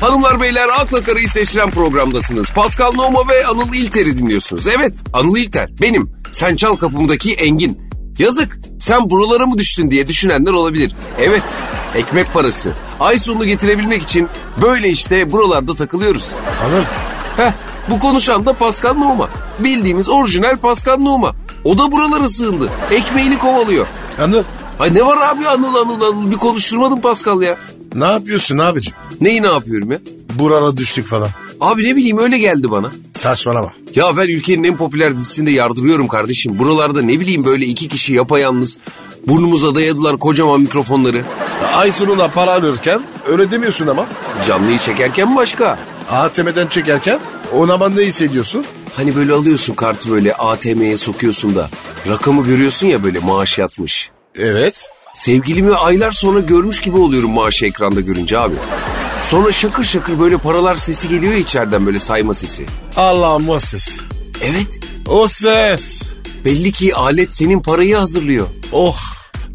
Hanımlar beyler akla karıyı seçilen programdasınız. Pascal Noma ve Anıl İlter'i dinliyorsunuz. Evet Anıl İlter benim. Sen çal kapımdaki Engin. Yazık sen buralara mı düştün diye düşünenler olabilir. Evet ekmek parası. Ay sonunu getirebilmek için böyle işte buralarda takılıyoruz. Anıl Heh, bu konuşan da Pascal Numa. Bildiğimiz orijinal Pascal Numa. O da buralara sığındı. Ekmeğini kovalıyor. Anıl Ay ne var abi anıl anıl anıl bir konuşturmadın Pascal ya. ne yapıyorsun abicim? Neyi ne yapıyorum ya? Burara düştük falan. Abi ne bileyim öyle geldi bana. Saçmalama. Ya ben ülkenin en popüler dizisinde yardırıyorum kardeşim. Buralarda ne bileyim böyle iki kişi yapayalnız burnumuza dayadılar kocaman mikrofonları. Ay sonuna para alırken öyle demiyorsun ama. Canlıyı çekerken başka. ATM'den çekerken o zaman ne hissediyorsun? Hani böyle alıyorsun kartı böyle ATM'ye sokuyorsun da rakamı görüyorsun ya böyle maaş yatmış. Evet. Sevgilimi aylar sonra görmüş gibi oluyorum maaşı ekranda görünce abi. Sonra şakır şakır böyle paralar sesi geliyor ya içeriden böyle sayma sesi. Allah'ım o ses. Evet O ses. belli ki alet senin parayı hazırlıyor. Oh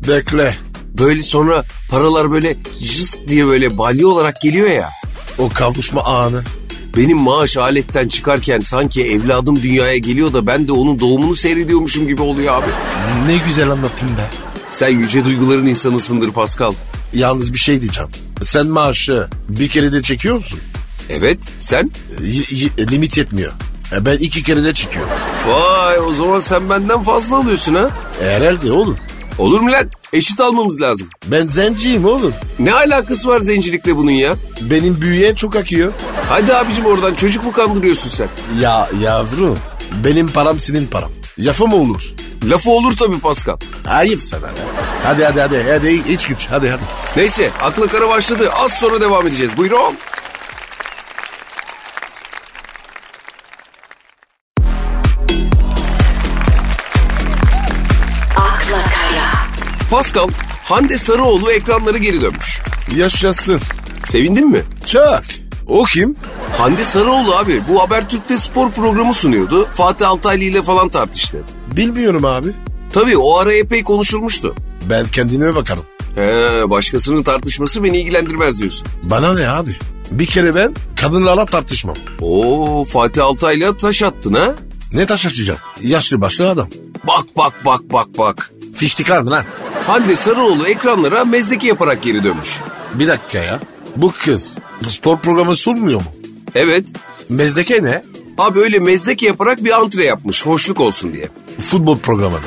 bekle. Böyle sonra paralar böyle cıst diye böyle balya olarak geliyor ya. O kavuşma anı. Benim maaş aletten çıkarken sanki evladım dünyaya geliyor da ben de onun doğumunu seyrediyormuşum gibi oluyor abi. Ne güzel anlattın be. Sen yüce duyguların insanısındır Pascal. Yalnız bir şey diyeceğim. Sen maaşı bir kere de çekiyor musun? Evet sen? Y- y- limit yetmiyor. E ben iki kere de çekiyorum. Vay o zaman sen benden fazla alıyorsun ha. E, Herhalde oğlum. Olur mu lan? Eşit almamız lazım. Ben zenciyim oğlum. Ne alakası var zencilikle bunun ya? Benim büyüyen çok akıyor. Hadi abicim oradan çocuk mu kandırıyorsun sen? Ya yavrum benim param senin param. Yafa mı olur? Lafı olur tabii Pascal. Ayıp sana be. Hadi hadi hadi hadi iç güç hadi hadi. Neyse akla kara başladı. Az sonra devam edeceğiz. Buyurun. akla kara, Pascal, Hande Sarıoğlu ekranları geri dönmüş. Yaşasın. Sevindin mi? Çak. O kim? Hande Sarıoğlu abi bu Habertürk'te spor programı sunuyordu. Fatih Altaylı ile falan tartıştı. Bilmiyorum abi. Tabii o ara epey konuşulmuştu. Ben kendime bakarım. He, başkasının tartışması beni ilgilendirmez diyorsun. Bana ne abi? Bir kere ben kadınlarla tartışmam. Oo Fatih Altaylı'ya taş attın ha? Ne taş açacağım? Yaşlı başlı adam. Bak bak bak bak bak. Fiştikar mı lan? Hande Sarıoğlu ekranlara mezdeki yaparak geri dönmüş. Bir dakika ya. Bu kız bu spor programı sunmuyor mu? Evet. Mezdeke ne? Abi öyle mezdeki yaparak bir antre yapmış hoşluk olsun diye. Futbol programı.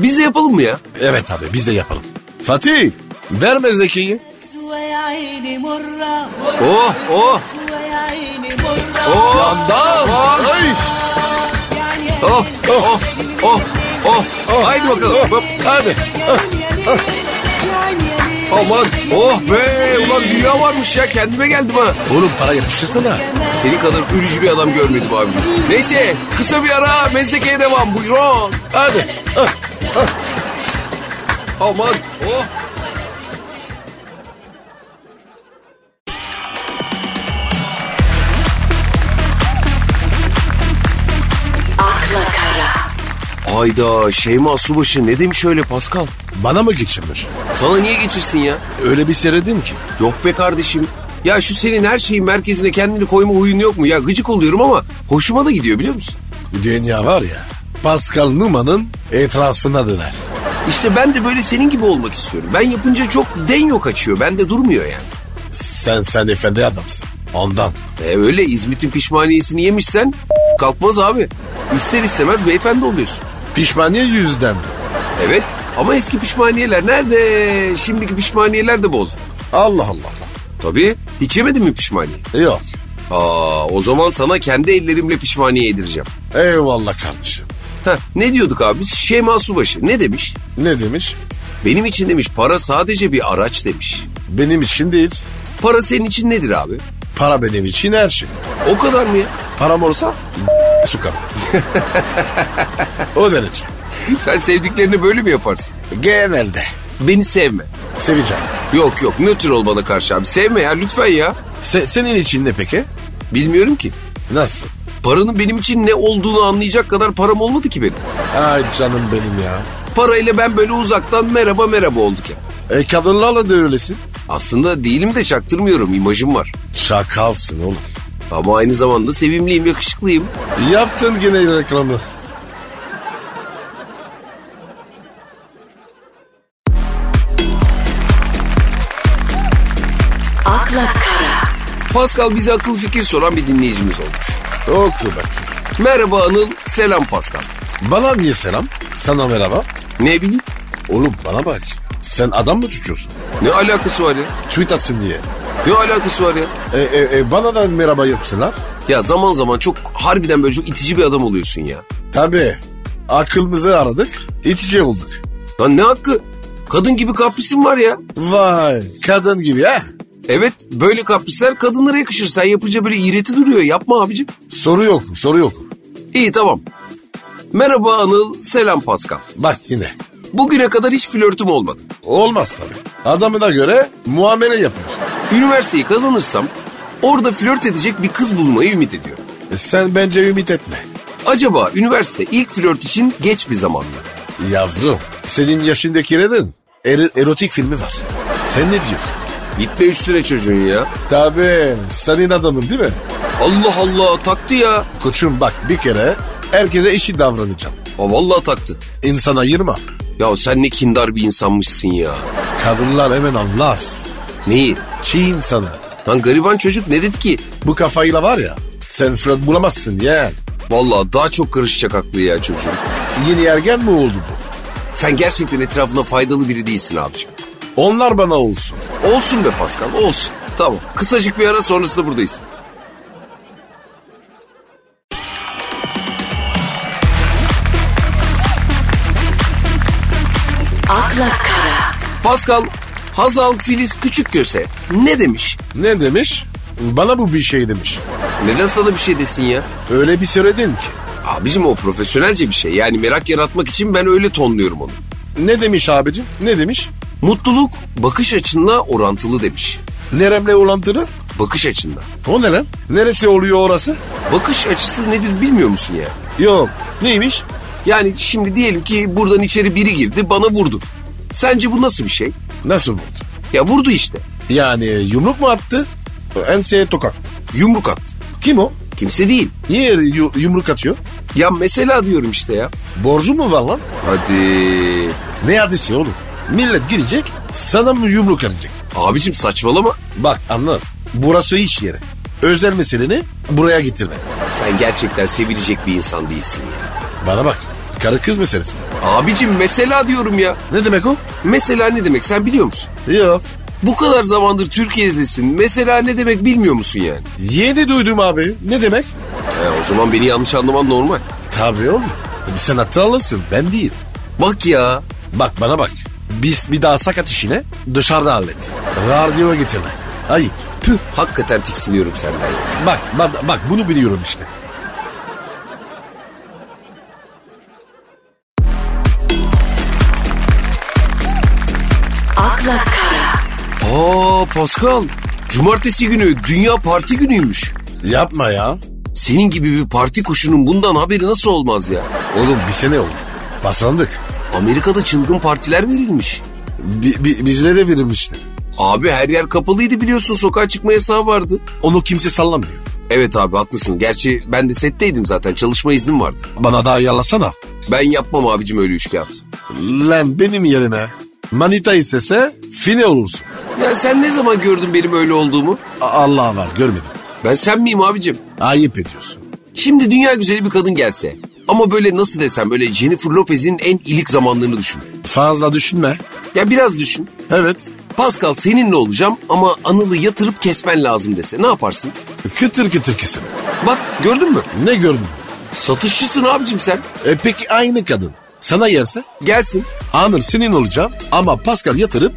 Biz de yapalım mı ya? Evet abi biz de yapalım. Fatih ver mezdekeyi. سوى يا عيني مرة Oh oh سوى يا عيني مرة oh. Ay. Oh oh oh oh. Haydi bakalım. Hop. Hadi. Aman oh be ulan dünya varmış ya kendime geldim ha. Oğlum para yapıştırsana. Senin kadar ürücü bir adam görmedim abi. Neyse kısa bir ara mezdekeye devam buyurun. Hadi. Aman oh. akla kara, Hayda Şeyma Subaşı ne demiş öyle Pascal? Bana mı geçirmiş? Sana niye geçirsin ya? Öyle bir seyredin ki. Yok be kardeşim. Ya şu senin her şeyin merkezine kendini koyma huyun yok mu? Ya gıcık oluyorum ama hoşuma da gidiyor biliyor musun? Dünya var ya. Pascal Numa'nın etrafına döner. İşte ben de böyle senin gibi olmak istiyorum. Ben yapınca çok den yok açıyor. Bende durmuyor yani. Sen sen efendi adamsın. Ondan. E öyle İzmit'in pişmaniyesini yemişsen kalkmaz abi. İster istemez beyefendi oluyorsun. Pişmaniye yüzden. Evet ama eski pişmaniyeler nerede? Şimdiki pişmaniyeler de bozdu. Allah Allah. Tabii hiç yemedin mi pişmaniye? Yok. Aa o zaman sana kendi ellerimle pişmaniye yedireceğim. Eyvallah kardeşim. Heh, ne diyorduk abi? Şeyma Subaşı ne demiş? Ne demiş? Benim için demiş para sadece bir araç demiş. Benim için değil. Para senin için nedir abi? Para benim için her şey. O kadar mı ya? Param olsa sokarım. o derece. Sen sevdiklerini böyle mi yaparsın? Genelde. Beni sevme. Seveceğim. Yok yok nötr ol bana karşı abi. Sevme ya lütfen ya. Se- senin için ne peki? Bilmiyorum ki. Nasıl? Paranın benim için ne olduğunu anlayacak kadar param olmadı ki benim. Ay canım benim ya. Parayla ben böyle uzaktan merhaba merhaba olduk ya. E kadınlarla da öylesin. Aslında değilim de çaktırmıyorum imajım var. Şakalsın oğlum. Ama aynı zamanda sevimliyim, yakışıklıyım. Yaptın gene reklamı. akla kara, Pascal bize akıl fikir soran bir dinleyicimiz olmuş. Oku bak. Merhaba Anıl, selam Pascal. Bana niye selam? Sana merhaba. Ne bileyim, Oğlum bana bak. Sen adam mı tutuyorsun? ne alakası var ya? Tweet atsın diye. Ne alakası var ya? E, e, e, bana da merhaba yapsınlar. Ya zaman zaman çok harbiden böyle çok itici bir adam oluyorsun ya. Tabii. Aklımızı aradık. İtici olduk. Lan ne hakkı? Kadın gibi kaprisin var ya. Vay kadın gibi ha. Evet böyle kaprisler kadınlara yakışır. Sen yapınca böyle iğreti duruyor. Yapma abicim. Soru yok soru yok. İyi tamam. Merhaba Anıl, selam Pascal. Bak yine. Bugüne kadar hiç flörtüm olmadı. Olmaz tabii. Adamına göre muamele yapmış. Üniversiteyi kazanırsam orada flört edecek bir kız bulmayı ümit ediyorum. E, sen bence ümit etme. Acaba üniversite ilk flört için geç bir zaman mı? Yavrum senin yaşındakilerin eri- erotik filmi var. Sen ne diyorsun? Gitme üstüne çocuğun ya. Tabii senin adamın değil mi? Allah Allah taktı ya. Koçum bak bir kere herkese eşit davranacağım. Aa, vallahi taktı. İnsan ayırma. Ya sen ne kindar bir insanmışsın ya. Kadınlar hemen anlar. Neyi? Çiğ insanı. Lan gariban çocuk ne dedi ki? Bu kafayla var ya sen flört bulamazsın ya. Vallahi daha çok karışacak aklı ya çocuğun. Yeni ergen mi oldu bu? Sen gerçekten etrafına faydalı biri değilsin abicim. Onlar bana olsun. Olsun be Pascal olsun. Tamam kısacık bir ara sonrasında buradayız. akla kara, Pascal Hazal Filiz Küçükköse ne demiş? Ne demiş? Bana bu bir şey demiş. Neden sana bir şey desin ya? Öyle bir söyledin ki. Abicim o profesyonelce bir şey. Yani merak yaratmak için ben öyle tonluyorum onu. Ne demiş abicim? Ne demiş? Mutluluk bakış açınla orantılı demiş. Neremle olantılı? Bakış açınla. O ne lan? Neresi oluyor orası? Bakış açısı nedir bilmiyor musun ya? Yok. Neymiş? Yani şimdi diyelim ki buradan içeri biri girdi bana vurdu. Sence bu nasıl bir şey? Nasıl oldu? Ya vurdu işte. Yani e, yumruk mu attı? E, Enseye tokat. Yumruk attı. Kim o? Kimse değil. Niye yu- yumruk atıyor? Ya mesela diyorum işte ya. Borcu mu var lan? Hadi. Ne hadisi oğlum? Millet gidecek sana mı yumruk atacak? Abicim saçmalama. Bak anlat. Burası iş yeri. Özel meseleni buraya getirme. Sen gerçekten sevilecek bir insan değilsin ya. Bana bak. Karı kız meselesi. Abicim mesela diyorum ya. Ne demek o? Mesela ne demek sen biliyor musun? Yok. Bu kadar zamandır Türkiye'desin. Mesela ne demek bilmiyor musun yani? Yeni duydum abi. Ne demek? He, o zaman beni yanlış anlaman normal. Tabii oğlum. Sen hatalısın ben değil. Bak ya. Bak bana bak. Biz bir daha sakat işine dışarıda hallet. Radyoya getirme. Ayıp. Püh. Hakikaten tiksiniyorum senden ya. Bak, bak, bak bunu biliyorum işte. akla kara, Aa Pascal. Cumartesi günü dünya parti günüymüş. Yapma ya. Senin gibi bir parti kuşunun bundan haberi nasıl olmaz ya? Oğlum bir sene oldu. Baslandık. Amerika'da çılgın partiler verilmiş. Bi, bi- bizlere verilmiştir. Abi her yer kapalıydı biliyorsun sokağa çıkma yasağı vardı. Onu kimse sallamıyor. Evet abi haklısın. Gerçi ben de setteydim zaten çalışma iznim vardı. Bana daha yalasana. Ben yapmam abicim öyle üç kağıt. Lan benim yerime manita istese fine olursun. Ya sen ne zaman gördün benim öyle olduğumu? A- Allah var görmedim. Ben sen miyim abicim? Ayıp ediyorsun. Şimdi dünya güzeli bir kadın gelse ama böyle nasıl desem böyle Jennifer Lopez'in en ilik zamanlarını düşün. Fazla düşünme. Ya biraz düşün. Evet. Pascal seninle olacağım ama Anıl'ı yatırıp kesmen lazım dese ne yaparsın? Kıtır kıtır kesin. Bak gördün mü? Ne gördün? Satışçısın abicim sen. E peki aynı kadın sana yerse Gelsin. Anır senin olacağım ama Pascal yatırıp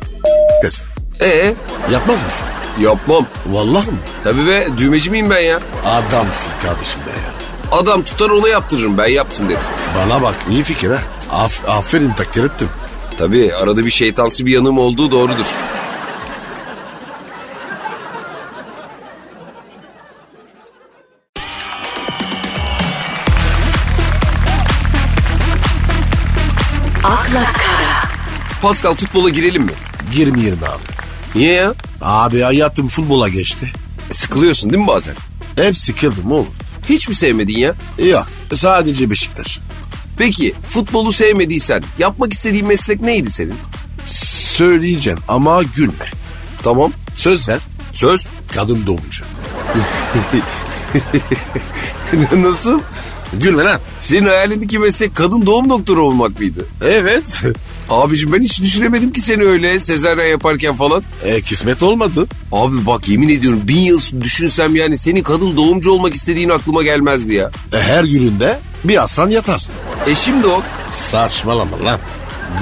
desin. Ee Yapmaz mısın? yapmam. Vallahi mi? Tabii be düğmeci miyim ben ya? Adamsın kardeşim be ya. Adam tutar ona yaptırırım ben yaptım dedim. Bana bak iyi fikir ha. Af- aferin takdir ettim. Tabii arada bir şeytansı bir yanım olduğu akla doğrudur. kara, Pascal futbola girelim mi? 20 20 abi. Niye ya? E, Abi hayatım futbola geçti. Sıkılıyorsun değil mi bazen? Hep sıkıldım oğlum. Hiç mi sevmedin ya? Yok sadece Beşiktaş. Peki futbolu sevmediysen yapmak istediğin meslek neydi senin? Söyleyeceğim ama gülme. Tamam. Söz ver. Söz. Kadın doğumcu. Nasıl? Gülme lan. Senin hayalindeki meslek kadın doğum doktoru olmak mıydı? Evet. Abiciğim ben hiç düşünemedim ki seni öyle sezaryen yaparken falan. E, kısmet olmadı. Abi bak yemin ediyorum bin yıl düşünsem yani senin kadın doğumcu olmak istediğin aklıma gelmezdi ya. E, her gününde bir aslan yatar. E şimdi o. Saçmalama lan.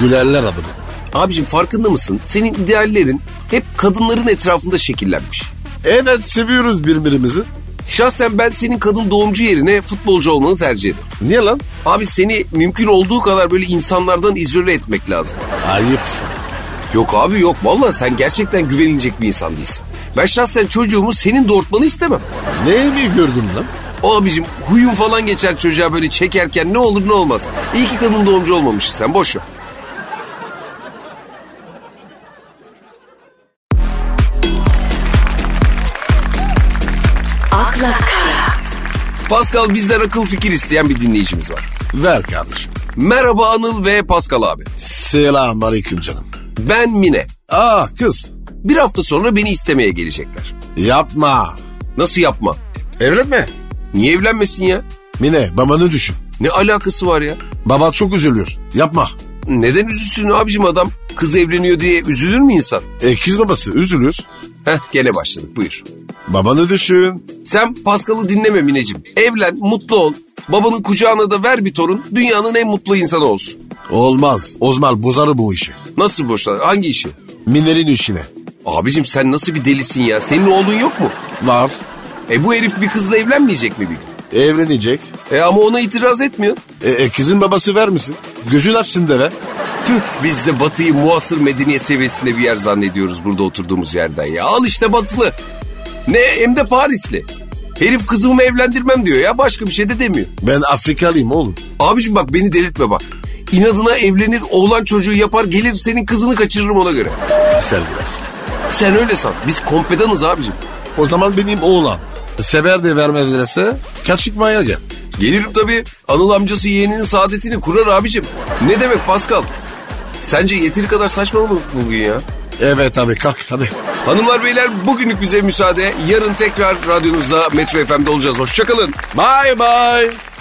Gülerler adımı. Abicim farkında mısın? Senin ideallerin hep kadınların etrafında şekillenmiş. Evet seviyoruz birbirimizi. Şahsen ben senin kadın doğumcu yerine futbolcu olmanı tercih ederim. Niye lan? Abi seni mümkün olduğu kadar böyle insanlardan izole etmek lazım. Ayıpsın. Yok abi yok vallahi sen gerçekten güvenilecek bir insan değilsin. Ben şahsen çocuğumu senin doğurtmanı istemem. Neyi mi gördün lan? O abicim huyun falan geçer çocuğa böyle çekerken ne olur ne olmaz. İyi ki kadın doğumcu olmamışsın sen boş ver. akla kara, Pascal bizden akıl fikir isteyen bir dinleyicimiz var. Ver kardeşim. Merhaba Anıl ve Pascal abi. Selam aleyküm canım. Ben Mine. Aa kız. Bir hafta sonra beni istemeye gelecekler. Yapma. Nasıl yapma? Evlenme. Niye evlenmesin ya? Mine babanı düşün. Ne alakası var ya? Baba çok üzülür. Yapma. Neden üzülsün abicim adam? Kız evleniyor diye üzülür mü insan? E, kız babası üzülür. Heh gene başladık buyur. Babanı düşün. Sen Pascal'ı dinleme Mineciğim. Evlen, mutlu ol. Babanın kucağına da ver bir torun. Dünyanın en mutlu insanı olsun. Olmaz. Ozmal bozar bu işi. Nasıl boşlar? Hangi işi? Mine'nin işine. Abicim sen nasıl bir delisin ya? Senin oğlun yok mu? Var. E bu herif bir kızla evlenmeyecek mi bir gün? Evlenecek. E ama ona itiraz etmiyor. E, e, kızın babası ver misin? Gözün açsın de ver. Tüh biz de batıyı muasır medeniyet seviyesinde bir yer zannediyoruz burada oturduğumuz yerden ya. Al işte batılı. Ne hem de Parisli. Herif kızımı evlendirmem diyor ya başka bir şey de demiyor. Ben Afrikalıyım oğlum. Abicim bak beni delirtme bak. İnadına evlenir oğlan çocuğu yapar gelir senin kızını kaçırırım ona göre. İster biraz. Sen öyle san. Biz kompedanız abicim. O zaman benim oğlan. Sever de vermezlerse kaçıkmaya gel. Gelirim tabii. Anıl amcası yeğeninin saadetini kurar abicim. Ne demek Pascal? Sence yeteri kadar saçmalamadık mı bugün ya. Evet abi kalk hadi. Hanımlar beyler bugünlük bize müsaade. Yarın tekrar radyonuzda Metro FM'de olacağız. Hoşçakalın. Bye bye.